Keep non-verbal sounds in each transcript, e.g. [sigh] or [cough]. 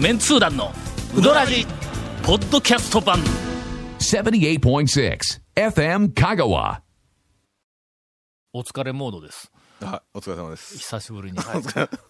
メンツー団のウドラジポッドキャスト版78.6 FM Kagawa. お疲れモードですはい、お疲れ様です。久しぶりに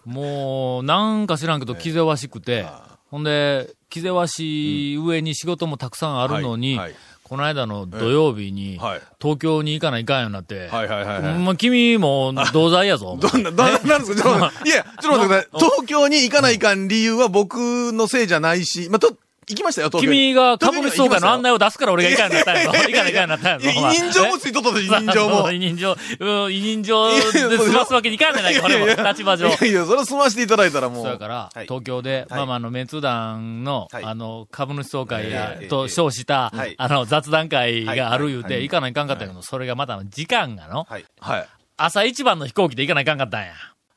もうなんか知らんけど気ぜわしくてほんで気ぜわしい上に仕事もたくさんあるのに、はいはいこの間の土曜日に、はい東京に行かないかんようになって、はいはいはいはいもう君も同罪やぞ。どんな、どんな、なんですかちょっと待って、いや、ちょっと待ってください。東京に行かないかん理由は僕のせいじゃないし、まあ、と、行きましたよ、東京君が株主総会の案内を。を出すから俺が行かんなったんやぞ。行かないかんなったんやぞ。お前いや人情もついとったで、人情も。委い任状、うん委任状で済ますわけにいかんじゃないか、俺も、立場上。やいや、それは済ましていただいたらもう。そやから、はい東京で、まあまあ、あの、メンツ団の、はいあの、株主総会や、えええとえ称した、はいあの、雑談会がある言うて、はいはい行かないかんかったけど、それがまたあの時間がの、はい。はい。朝一番の飛行機で行かないかんかったんや。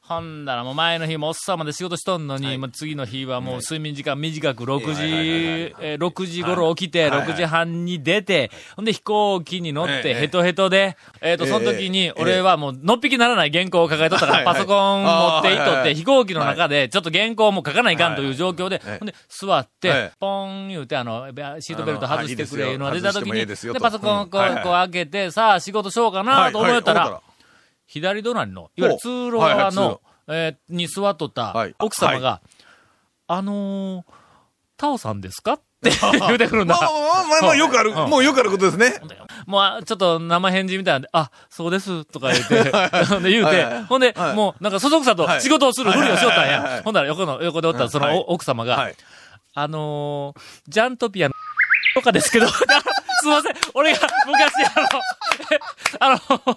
ほんだらもう前の日もおっさんまで仕事しとんのに、はいもう次の日はもう睡眠時間短く6時、はいはいはいはいえー6時頃起きて、はいはい6時半に出て、ほんで飛行機に乗っえてえヘトヘトで、えっ、と、ええその時に俺はもうのっぴきならない原稿を抱えとったかはら、いはいパソコン持っていあーはいとっはいはて、い飛行機の中でちょっと原稿も書かないかんという状況で、はいはいほんで座っはてい、ポン言うて、あの、シートベルトあのはい外してくれいうのがい出いでたすよ時外してもいに、いですよで、とパソコンをこう、うんはいはいこう開けて、さあ仕事しようかなと思ったはいらはい、左隣の、いわゆる通路はいは側い通の路、えーに座っとったはい奥様が、あのー、タオさんですか [laughs] って言うてくるんまあまだ。あまあまあ、よくある、もうよくあることですね。もうあ、ちょっと生返事みたいなんで、あ、そうです、とか言って、ほんで [laughs] 言う [laughs] はていはい、ほんでは、いもう、なんか、そそくさとはい仕事をするふりをしよったんはいはいはいはやい。ほんだら、横の、横でおった、そのお奥様はがい、。あのー、ジャントピアの [laughs] とかですけど、 [laughs] すいません、俺が昔、あの、あの、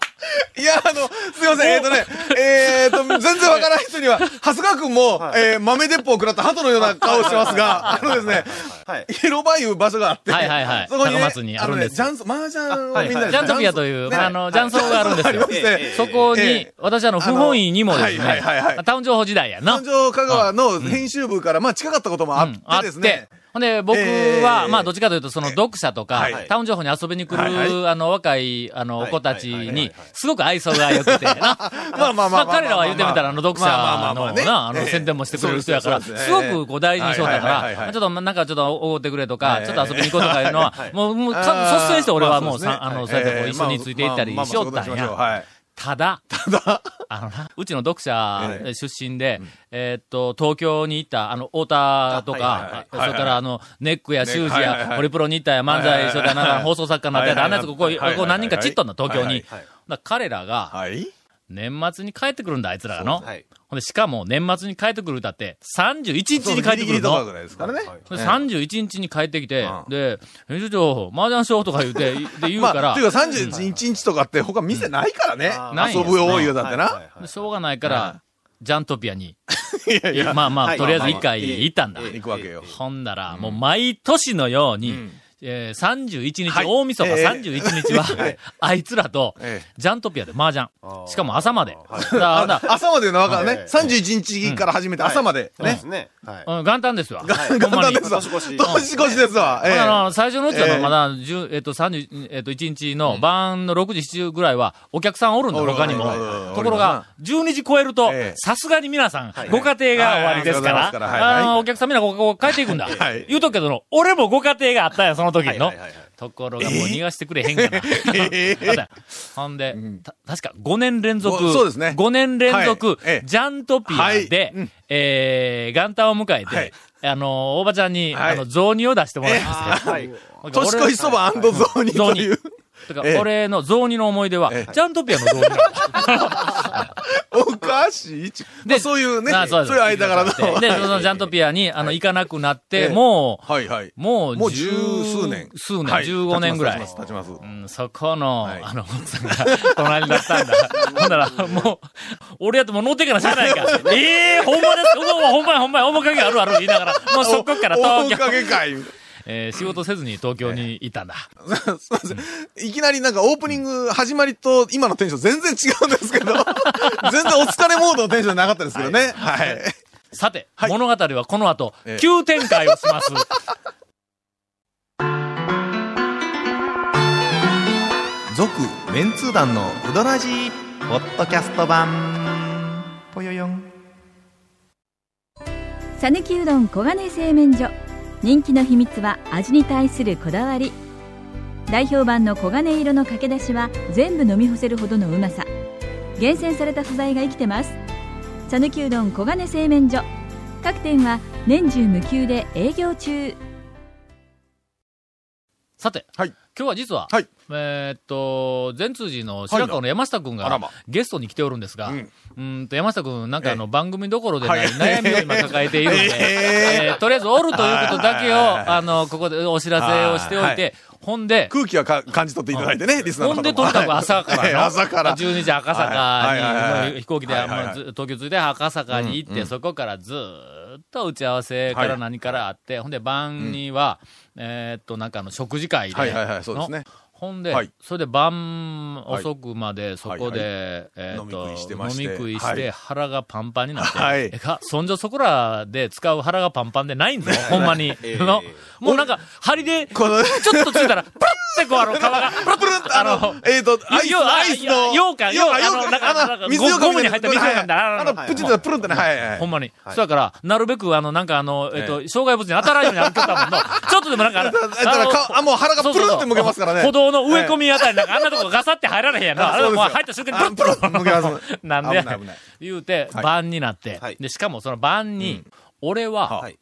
いや、あの、すいません、えっ、とね、えっ、と、全然わからない [laughs] 人には、長谷川くんも、えー豆鉄砲を食らった鳩のような顔をしてますが、あのですね、はい。広場いう場所があって、はいはいはいそこに、ね、高松にあるんですのね、ジャン、麻雀をみんなで、ジャントピアという、ねあの、ジャンソーがあるんですよありま。してええそこえにえ、私あの、不本意にもですあのはねいはいはいは、いタウン情報時代やな。三条香川の編集部から、まあ近かったこともあうんあってですね。ほんで、僕えは、ーまあ、どっちかというと、その、読者とかはいは、タウン情報に遊びに来はいはる、あの、若い、あの、はい子たちはいはいはいにはい、すごく愛想が良くて、な。まあまあまあまあまあまあまあ彼らは言ってみたら、あの、読者まあまあまあまのあねな、あえの、え宣伝もしてくれる人やから、そすうですよそうですごくこう、大事にしようだかはいはら、いはいはいまあちょっと、なんかちょっと、おごってくれとはか、いちょっと遊びに行こうとかいうのははいは、いもう、もう、かあー率先して俺はもう、まあさあその、うでそうやすねってこう、一緒についていったりしよったんまあまあまあそういうことにしましょうや。はい。ただ、あのな、うちの読者え出身で、えーっと、東京に行った、あの、太田とかあ、そはいはいはいれからあの、ネックやね修二はいはいはや、いホリプロに行ったや、漫才、それからなんか放送作家になったはいや、あんないはいはやつここ、こはいはいはいはうい何人かちっとんだ、東京に。だかはい。ら彼らが、はい。年末に帰ってくるんだ、あいつらがの。そうはいほんで、しかも年末に帰ってくる歌って、31日に帰ってくギリギるリとかのぐ。らいですからね。はいで31日に帰ってきて、うんで、編集長、麻雀ショーとか言うて、 [laughs] で言うから。まあ、というか31日とかって他店ないからね。うんないん遊ですねぶ多いよ、だってな。でしょうがないから、ジャントピアに、 [laughs] いやいや、まあまはあ、いとりあえず一回行ったんだ。行くわけよ。ほんなら、もう毎年のように、んえー31日、はい大晦日ええ31日は、 [laughs] あいつらと、ええジャントピアで麻雀あ。ーしかも朝まで。はいだからだ朝までの中ねは、い31日から始めて朝まで。そうでねす。ね。はい。うん元旦ですわ。元ほんま [laughs] 旦にですわ。年越し年越しですわ。ええあの、最初のうちはええまだ、10えっと、30、えっと、1日の晩の6時、7時ぐらいは、お客さんおるんだ、おる他にもおるおるお。るところが、12時超えるとええ、さすがに皆さん、ご家庭が終わりですからはいはいありがとうございますからはいはいあの、お客さんみんなここ帰っていくんだはい。言うとくけどの、俺もご家庭があったんや、その時はいのはいはいはい。ところがもう逃がしてくれへんか [laughs] な。だってほんで、た確か5年連続、ごそうですね5年連はい続ええ、ジャントピアはいでうん、えー元旦を迎えはてい、あの、おばちゃんに、はいあの、雑煮を出してもらいました。あーはい。年越しそば雑煮という。だかえらえ俺の雑煮の思い出は、ジええャントピアの雑煮なんだおかしい。まあそういうね、ああそういう間柄の。で、はいそのジャントピアに、あの、行かなくなって、ええもう、はいはい。もう、もう十数年。数年、はい15年ぐらい。経ちます、経ちます。経ちうますん、そこの、はいあの、奥さんが、隣だったん [laughs] だ。ほんなら、もう、俺やってもう乗ってからしゃあない [laughs] か。ええほんまです。ほんま、ほんまや、ほんまや、面影あるある言いな [laughs] がら、もうそこから東大京、影会。えー仕事せずに東京にいたんだ。すいませんいきなりなんかオープニング始まりと今のテンション全然違うんです [laughs] けど、全然お疲れモードのテンションじゃなかったですけどね。はい。さて、はい物語はこの後、ええ急展開をします。続、メンツー団のうどらじポッドキャスト版。ぽよよん。さぬきうどん小金製麺所人気の秘密は味に対するこだわり代表版の黄金色のかけだしは全部飲み干せるほどのうまさ厳選された素材が生きてますさぬきうどん小金製麺所各店は年中無休で営業中さて、はい今日は実は、はいえーっと、善通寺の白川の山下君あらがまゲストに来ておるんですが、ううんーんと山下君、なんかあの、え番組どころでないはい悩みを今抱えている [laughs] ので、ええーとりあえずおるということだけを、はいあの、ここでお知らせをしておいて、ほんで、空気はか感じ取っていただいてね、リスナーほの方んもで、とにかく朝からはの、い朝から。 12時赤はいはいはい坂はに、い飛行機で、はいはいはいまあず東京着いて赤坂に行って、そこからずーっと打ち合わせから何からあって、ほんで、晩には、えーっと、なんかあの、食事会で、はいはいはい、そうですね。ほんで、はいそれで晩遅くまでそこで、はえーと飲み食いしてまして飲み食いしてはい腹がパンパンになって、はいえか、そんじょそこらで使う腹がパンパンで [laughs] ないんだよ、ほんまに。のもうなんか、針で、ちょこの、っとついたら、プルってこう、あの、皮が、プルプルンああのの、えっと、アイスようの、アイスの、ようかんようかんようあのかんなんかあのなんか水ようかんゴムに入った水ようかんみたいなはいはいあのあの、プチッとプルンってね、はいはい。ほんまに。そやから、なるべく、あの、なんかあの、えっ、と、障害物に当たらんように歩けたもんの、ちょっとでもなんかあの、 [laughs] だからかあもう腹がプルンって向けますからね歩道の植え込みあたり、なんかあんなとこガサって入られへんやんな。ああれそうもうですよ入った瞬間にプルンプあルンプルン向けますなんで危ない危ない、言うて、はい晩になって、はいで、しかもその晩に、俺は、はい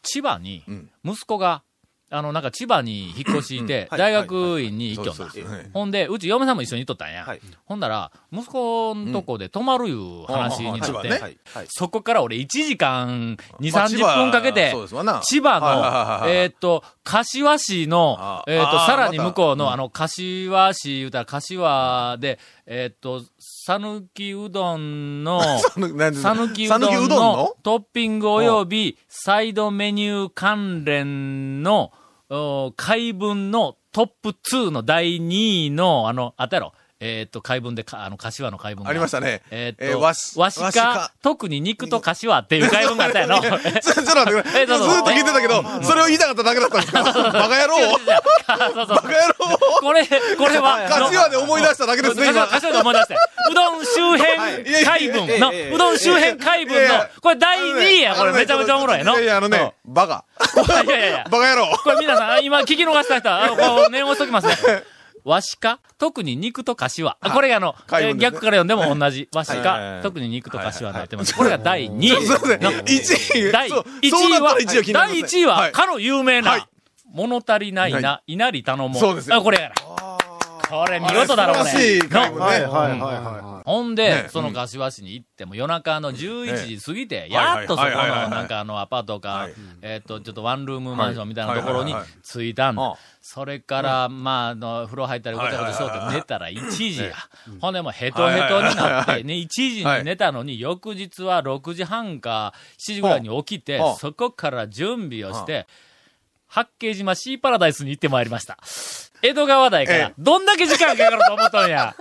千葉にん、息子が、あの、なんか千葉に引っ越していて、はい大学院に行きよそなう。ですそうですほんで、うち嫁さんも一緒に行っとったんや。はいほんなら、息子のとこで泊まるいう話になって、うんああああ千葉ねはいはいそこから俺1時間2、まあ30分かけて千葉そう、ですわな。千葉はいはいはいの、はいえーっと、柏市のあ、えーっと、あーさらにまた向こうの、あの、柏市、言うたら柏で、えーっと、さぬきうどん [laughs] の、ささぬきうどんのトッピングおよびサイドメニュー関連の、お解文のトップ2の第2位の、あの、あったやろ。えーっと、解文でか、あの、柏の解文がありましたね。えーっと、えーわわししかわしか特に肉と柏っていう解文があったや [laughs] ろ。ちょちょっと待ってくださえい。ずどうぞーっと聞いてたけど、それを言いたかっただけだったんですかバカ野郎そうそうバカ野郎 [laughs] これ、これは、 [laughs] 勝ちはで思い出しただけです柏ね、今。柏で思い出して。うどん周辺解はいや文の、いやいやいやうどん周辺解文いのやいや、これ第2位や、これめちゃめちゃおもろいの。いやいや、あのね、バカ。うん。いやい [laughs] やいや。バカ野郎これ皆さん、今聞き逃した人は、あこう念を押しときます [laughs] ね。わしか、特に肉と柏。あこれがあの、解え文ーですね逆から読んでも同じ。わしはいはいはか、い特に肉と柏になってます。これが第2位。すいません。1位。第そう1そ位うなったは、ら1位を気になりま第せん1位は、いかの有名な、はい物足りないな、稲荷頼もう。そうですよあ、これやな。これ見事だろ、こ素晴らしい回れ。ものね。はいはいははいはほんで、ねその柏市に行っても夜中の11時過ぎて、えやっとそこのはいはいはいはいなんかあのアパートか、はいえっ、と、ちょっとワンルームマンションみたいなところにはいはいはい着いたんだああそれから、まあ、あの、風呂入ったりごちゃごちゃしようと寝たら1時や。ほんでもうヘトヘトになっはいはいはいはて、いね、1時に寝たのに、翌日は6時半か7時ぐらいに起きてはあ、そこから準備をして、八景島シーパラダイスに行ってまいりました。江戸川台からええ、どんだけ時間かかると思ったん [laughs] や。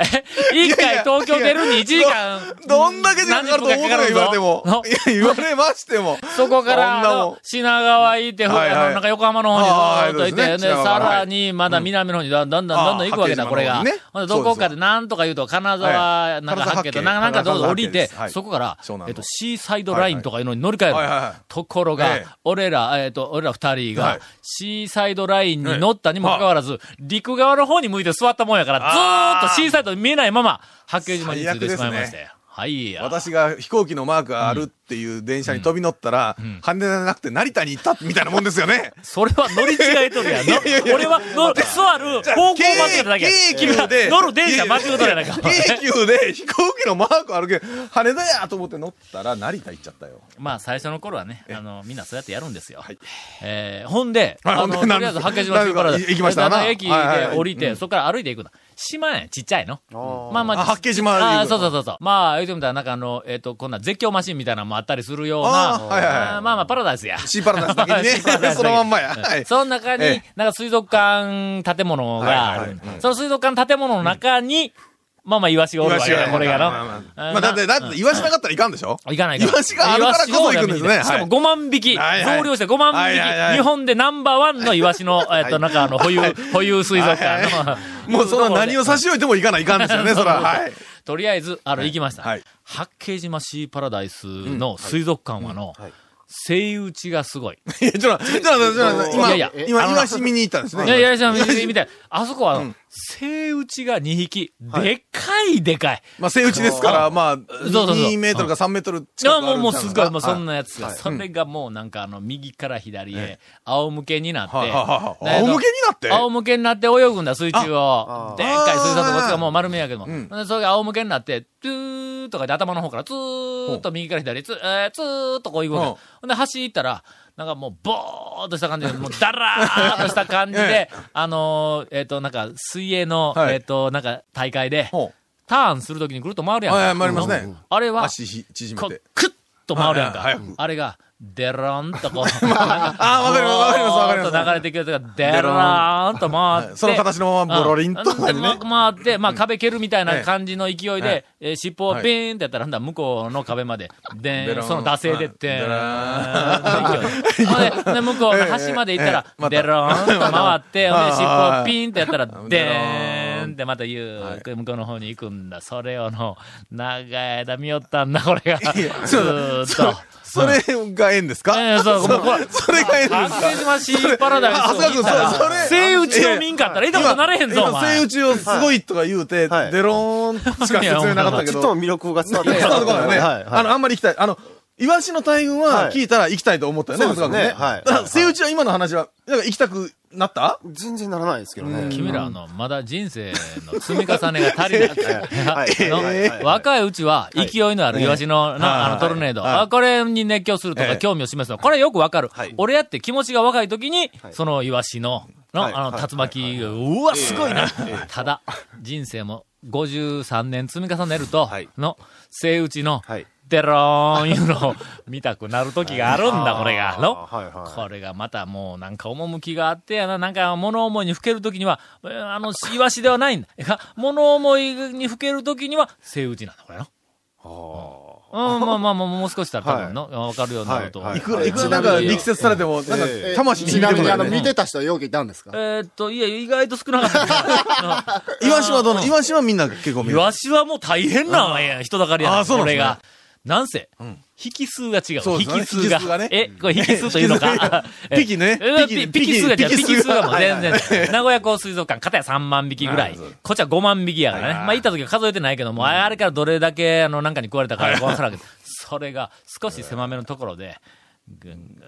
え一回東京出るに1時間。い。どんだけ時間かかると思うか何言分われても。のいや、言われましても。そこから、あそんなものん品川行って、ふはいはいあのなんか横浜の方にずーっと行って、はいはいそうですねで、品川さらにまだ南の方にだんだんだんだんだん行くわけだ、あーこれが八景島の方にね。ほんでどこかそうででなんとか言うと、金沢、はいなんか八景と、金な沢んかな八景んかどうぞ降り金沢て八景ですは、いそこから湘南、のえっと、シーサイドラインとかいうのに乗り換えるはいはいはい。ところがええ、俺ら、えっと、俺ら二人はがい、シーサイドラインに乗ったにもかかわらず、陸側の方に向いて座ったもんやから、ずーっとシーサイド見えないまま、八景島に着いてしまいまし最悪ですて。はいや。私が飛行機のマークがあるっていう電車に飛び乗ったら、羽田じゃなくて成田に行ったみたいなもんですよね。それは乗り違えとるやん。の俺はの座る方向間違えただけや。京急で。乗る電車間違えとるやないか。京急で飛行機のマークあるけど、羽田やと思って乗ったら成田行っちゃったよ。まあ最初の頃はね、あの、みんなそうやってやるんですよ。えーほんで、はいあほんの、でとりなんあえず八景島中からなんか行きましたな駅ではいはい降りて、そこから歩いていくの。島やん、ちっちゃいの。ーまあまあ、あ八景島行くあーそうそうそうそう。まあ、言うてみたら、なんかあの、えっと、こんな絶叫マシンみたいなのもあったりするような、あーはいはいはいあーまあまあ、パラダイスや。シーパラダイスだけ [laughs] にシーパラダイスね。だけそのまんまや。うんはい。その中に、えなんか水族館建物があるんだ、その水族館建物の中に、まあまあ、イワシがおるわけだ、これがの。まあまあまあうんまあだって、だって、イワシなかったらいかんでしょ行かないから。イワシがあるからこそ行くんですねイワシをしかもはい5万匹、はいはい増量して5万匹、はいはいはい日本でナンバーワンのイワシの、えっと、なんかあの、保有、保有水族館の。はもうそんな何を差し置いてもいかないかんですよね、そら。はい。 [laughs] とりあえず、あの、行きました。はい八景島シーパラダイスの水族館はの、セイウチがすごい。 [laughs] いや、ちょっと、ちょっと、ちょっと、い今、やいや今、あの今しみに行ったんですね。いやいや、じゃあ、見て、あそこはあの、うんセイウチが2匹。はいでっかいでかい。まあ、セイウチですから、まあ、うそうそう2メートルか3メートルいや、近くもあう、るもうじゃすなごい、いもうでそすかんなやつが。はいそれがもうなんかあの、右から左へ、仰向けになって、はいはいはいだはい。けど仰向けになって仰向けになって泳ぐんだ、水中あをあ。でっかい水槽とこっちがもう丸めやけども。うんでそれが仰向けになって、トゥーとかで頭の方からツーっと右から左へ、ツー、えーツーっとこう行くわけうんほんで、走ったら、なんかもう、ぼーっとした感 [laughs] じで、もう、だらーっとした感じで、 [laughs] あのー、えっ、と、なんか、水泳の、はいえっ、と、なんか、大会で、ほターンするときにぐるっと回るやんか。はいはい回りますねうんあれうは、足ひ縮こめうて。、クッと回るやんはいかはいはい。あれが、デロン [laughs] とこう。あーわかりますわかりますわかりまボーッすと流れてくるとか、デローンと回っはて。いその形のままボロリンとうんなりねでま回って、まあ壁蹴るみたいな感じの勢いはでい、えー尻尾をビーンってやったら、ほんだら向こうの壁まで、でデロンその惰性でっはいて、デロほんでで向こうの端まで行ったええええら、またデローンと回って、ほんで尻尾をピーンってやったら、デデロローーンンってまたゆっくり向こうの方に行くんだ。それをの、長い間見よったんだ、これが。いずやそうーっと。それが縁ですかええそうもうこれ [laughs] それが縁あですんかけ島シーパラダイスを見たあそうそうそら、れセイウチの民家ったらいいとことなれへんぞ、お今、セイ前ウ。チをすごいとか言うて、はいデローンしか説明なかったけちょど。っと魅力が伝わっていや [laughs] そういうことだよね。はいはいあの、あんまり行きたい。あの、イワシの大群ははい聞いたら行きたいと思ったよね、そうですね松川君はいだかはら、いセイウチは今の話は、なんか行きたくなった全然ならないですけどね。君らあの、まだ人生の積み重ねが足りない。はいあのはいはい若いうちは勢いのあるイワシのなあはいのトルネード。はいあこれに熱狂するとえかえ興味を示すの。これよくわかるはい。俺やって気持ちが若い時には、いそのイワシの、の、はいあはの、い竜巻が、うわ、すごいな。ただ、人生も53年積み重ねるとはい、の、生打ちのはい、デローンいうのを見たくなる時があるんだ、これが。のはいはいこれがまたもうなんか趣があってやな、なんか物思いにふけるときには、えーあの、イワシではないんだ。えか物思いにふけるときには、セイウチなんだ、これな。うん、まあまあまあ、もう少ししたら多分の、わかるようになると。はいはいいくら、いくらなんか力説されても、なんかえ、魂にち響ないみてこに、なあいよの、ね。見てた人はよういたんですかえーっと、いや、意外と少なかったけイワシはどのイワシはみんな結構見ど。イる。ワシはもう大変な、いや人だかりやな、あーそうなこんですれねが。なんせ、引数が違う。そうですね引数が。引数がねえ、これ引数というのか。引数ね [laughs] えピキピねピキ数が違う。ピピキ数キが数がもう全然違う。名古屋港水族館、片や3万匹ぐらい。こっちは5万匹やからね。まあ行った時は数えてないけども、あれからどれだけ、あの、なんかに食われたかわからんけど、それが少し狭めのところで、ぐんぐんぐんぐんぐん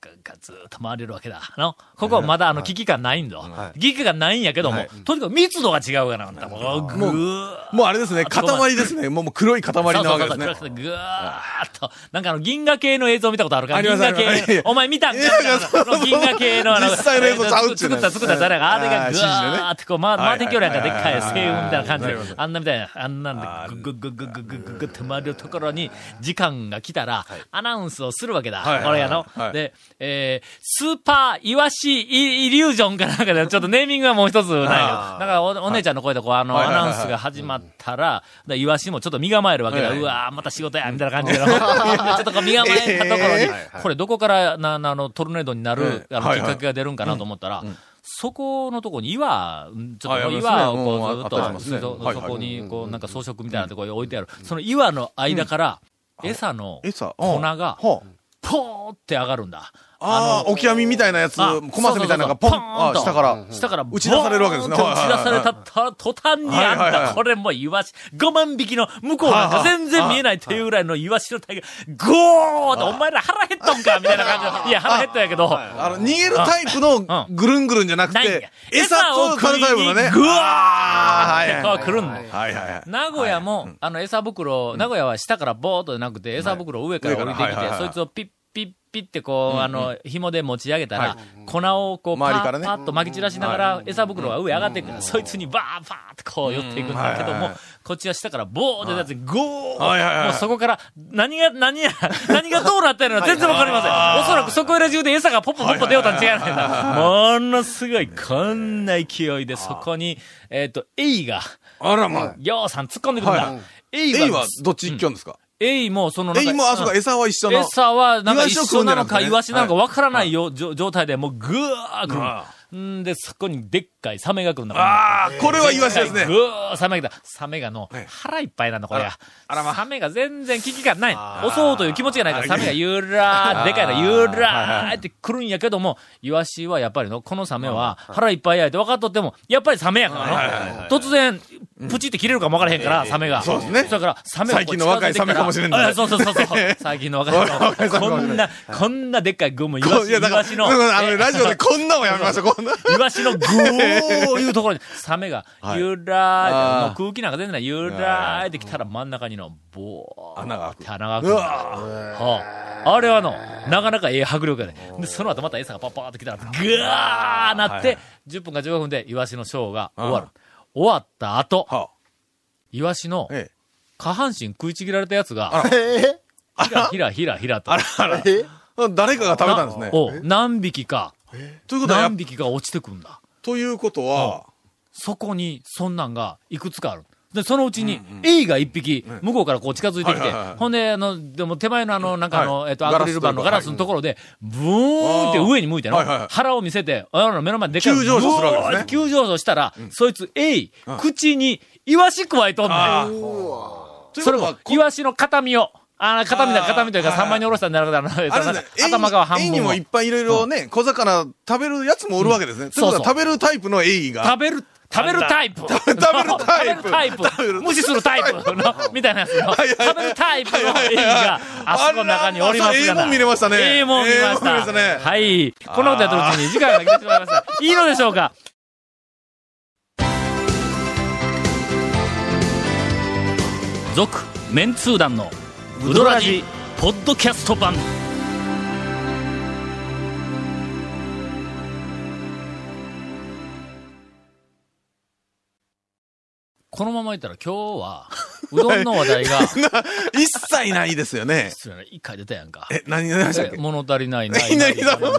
ぐんぐんずーっと回れるわけだ。あの、ここはまだあの、危機感ないんだ。危機感ないんやけども、とにかく密度が違うからなんだ。もう、ぐーもうあれですね、塊ですね。もうもう黒い塊なわけですそうねそう。そうぐわーっと。なんかあの、銀河系の映像見たことあるかあり銀ます河ありますい系や。お前見たんかいやいやそうそう銀河系のあの、実際の映像ちゃうっちゅう作ねった作った誰が、あれがあーぐ指示でねわーってこう、ま、回ってきよるやんか、はでいっはいかはいい星雲みたいな感じでなるほ、どあんなみたいな、あんなんで、ぐぐぐぐぐぐぐぐって回るところに、時間が来たら、アナウンスをするわけだはいは。いこれやのは。いで、えー、スーパーイワシイイリュージョンかなんかで、ちょっとネーミングがもう一つないよ。だからお、お姉ちゃんの声でこう、あの、はいアはいはいナはウいンスが始まったら、だイワシもちょっと身構えるわけだ。はいうわー、また仕事や、みたいな感じで。ちょっとこう身構えたところに、これどこからな、なあの、トルネードになる、ええあの、はきいっはいかけが出るんかなと思ったら、そこのとこに岩、うんちょっとこうはい岩をこあうずりっますねと、もうあっそたりしますねはいそはいこにこうなんか装飾みたいなとこに置いてある。その岩の間から、餌の餌粉が、ほうポーって上がるんだ。ああ、オキアミみたいなやつ、あコマセみたいなのがポン、そうそうそうあー下から。下から打ち出されるわけですねボーンと打ち出された途端にあんはいはいはた、いこれもうイワシ、5万匹の向こうなんか全然見えないっていうぐらいのイワシの体が、ゴーってお前ら腹減っとんかみたいな感じで、いや腹減ったんやけど、あの、逃げるタイプのぐるんぐるんじゃなくないんやて、餌を食うタイプのね。餌を食いにぐわーあーこう来るんだ。はいはいはい。名古屋も、あの、餌袋を、名古屋は下からボーっとじゃなくて、餌袋を上から降りてき上からはいはいて、はいそいつをピッピッピッってこう、あの、紐で持ち上げたら、粉をこう、パ周りかーらねパーッと撒き散らしながら、餌袋が上上がっていくから、そいつにバーバーってこう寄っていくんだけどうんはいはいもはい、こっちは下からボーってやつにゴはいはいはーいもうそこから、何が、 [laughs] 何や、何がどうなったのか全然わかりません。おそらくそこら中で餌がポッポポッポ出ようとは違いないんだ。ものすごい、こんな勢いで、そこに、えっと、エイが、あらまあ。ぎょうさん突っ込んでくるんだはい。エエイはどっち行きよんですかエイもそのなんエかイも、あ、そうか、うん餌は一緒の。餌はなんかイワシ一を食緒うんじなゃなのくかてねイワシなのかわからないよ、じょ状態でもうぐわーくる。んで、そこにでっかいサメが来るんだああ、これはイワシぐですね。ーサメが来た。サメがのはい、腹いっぱいなんだ、これが。あらまサメが全然危機感ない。あー襲おうという気持ちがないから、サメがゆらー、でかいな、ゆらーって来るんやけども、イワシはやっぱりの、このサメは腹いっぱいやいて分かっとっても、やっぱりサメやからの。突然、プチって切れるかも分からへんから、サメが。そうですねだから、サメがこう最近の若いサメかもしれんね近づてきたらあそうそうそうそう。最近の若いサ [laughs] 若メ。いサメかこもしれんんな、こんなでっかいゴム、イワこうシ、いイや、だから、ワうシんの。あの、ラジオでこんなもんやめましょう、こんな。イワシのグーいうところに、サメが、はいゆらーあっーて、もう空気なんか出てない、ゆらーって来たら真ん中にの、ぼー [laughs] 穴が開って穴が開うく。わはあ、あれはの、なかなかええ迫力やで。で、その後また餌がパッパーって来たら、ぐーなって、10分か15分でイワシのショーが終わる。終わった後、はイワシのあ。ええ。下半身食いちぎられたやつが、えひらひらひらひらと。ーえ誰かが食べたんですねな。お何匹か、ということは、やっ何匹か落ちてくんだ。ということは、そこに、そんなんが、いくつかある。で、そのうちに、エイが一匹、向こうからこう近づいてきてはいはいは、いほんで、あの、でも手前のあの、なんかあの、はえいっと、アクリル板のガガララススののところで、ブーンって上に向いての、はいはいはい腹を見せて、あの、目の前ででかい。急上昇するわけですねブワー急上昇したら、そいつ、エイ、口に、イワシ加えとんねああん。というそこれもとは、、こイワシの形見を、あの、形見だ、あー形見というか、はいはい三枚におろしたんじゃなくて、あのえっとあれなんでかすね、頭側半エイ分にをもいっぱいいろいろね、小魚食べるやつもおるわけですね。ということそうそうは、食べるタイプのエイが。食べる、食べるタイプ。 [laughs] 食べべるタイプるタイプ食べる無視するタイプ [laughs] の、みたいなやつの、食はいはいべるタイプのエイが、あそこの中におりますからあらまあそうええもん見れましたねええもん見ました。ええもん見れましたねはい。こんなことやってるうちに時間が来てしまいました。いいのでしょうか続、メンツー団の、ウドラジ、ポッドキャスト版。このままいったら今日 [laughs] は、うどんの話題が、一切ないですよね。失礼な、一回出たやんか。え、何何でしたっえ物足りないな。け [laughs] 何だろ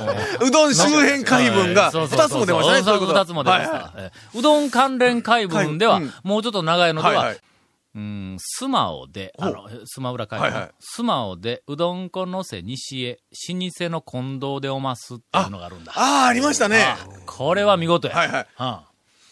ううどん周辺回文がそう2そうそうつも出ましたね。そそそうういううこと二つも出ましはいはた。えうどん関連回文では回文、もうちょっと長いのでいはいは、。はいうん、スマオで、あの、スマブラ会はいはいスマオで、うどんこのせ西へ、老舗の近藤でおますっていうのがあるんだ。ああ、ありましたね。あこれは見事や。はいはいうん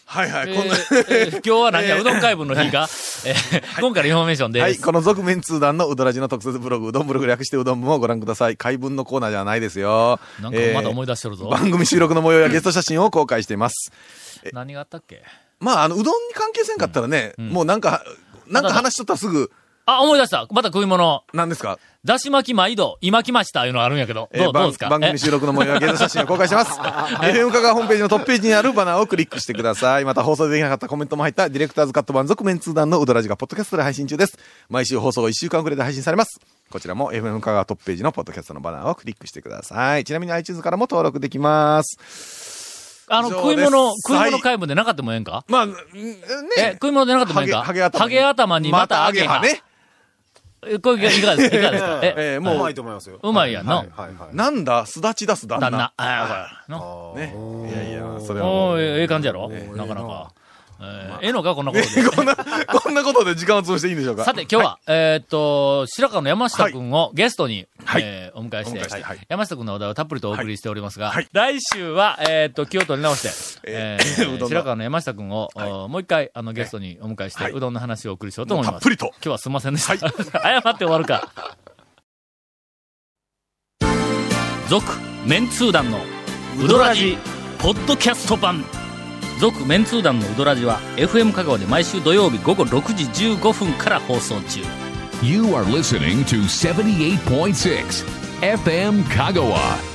はいはえい。ーこんな。えー今日は何 [laughs] や、うどん会文の日か。えー今回のインフォメーションです。はい、この続面通談のうどらじの特設ブログ、うどんブログ略してうどん部もご覧ください。解文のコーナーではないですよ。なんかまだ思い出してるぞえー番組収録の模様やゲスト写真を公開しています。何があったっけまあ、あの、うどんに関係せんかったらね、もうなんか、なんか話しとったらすぐ、あ、思い出した。また食い物。何ですかだし巻き毎度、今来ました、いうのあるんやけど。どう、どう番ですか番え組収録の模様やゲスト写真を公開してます。[laughs] FM カがホームページのトップページにあるバナーをクリックしてください。また放送できなかったコメントも入ったディレクターズカット版続面通談のうどらじがポッドキャストで配信中です。毎週放送1週間くらいで配信されます。こちらも FM カがトップページのポッドキャストのバナーをクリックしてください。ちなみに iTunes からも登録できます。あの、以上食いで物、す食い物会文でなかったもんええんかまあ、ねえ、食い物でなかったもんええんかハゲハゲ頭に。ハゲ頭にまた揚げまが。た揚げね。えこれいかがですかいかがですかえ、えーうも、まいうと思いますよ。うまいやんなはいはいはい。なんだ、すだち出す旦那。旦那。ああ、こあーね。いやいや、それれはな。もおう。ーええ感じやろなかなか。えーええのかこんなことで。 [laughs] こんな、こんなことで時間を潰していいんでしょうか。さて、今日は、えーっと、白川の山下くんをゲストに、はいえーお迎えして、お迎えしてはい山下くんのお題をたっぷりとお送りしておりますが、はい来週は、えーっと、気を取り直して、ええー [laughs] うどんの白川の山下くんを、おもう一回、あの、ゲストにお迎えして、はいうどんの話をお送りしようと思います。もうたっぷりと今日はすみませんでした。謝って終わるか。続、メンツー団の、ウドラジ、ポッドキャスト版。続メンツー団のウドラジは FM 香川で毎週土曜日午後6時15分から放送中 You are listening to 78.6 FM Kagawa.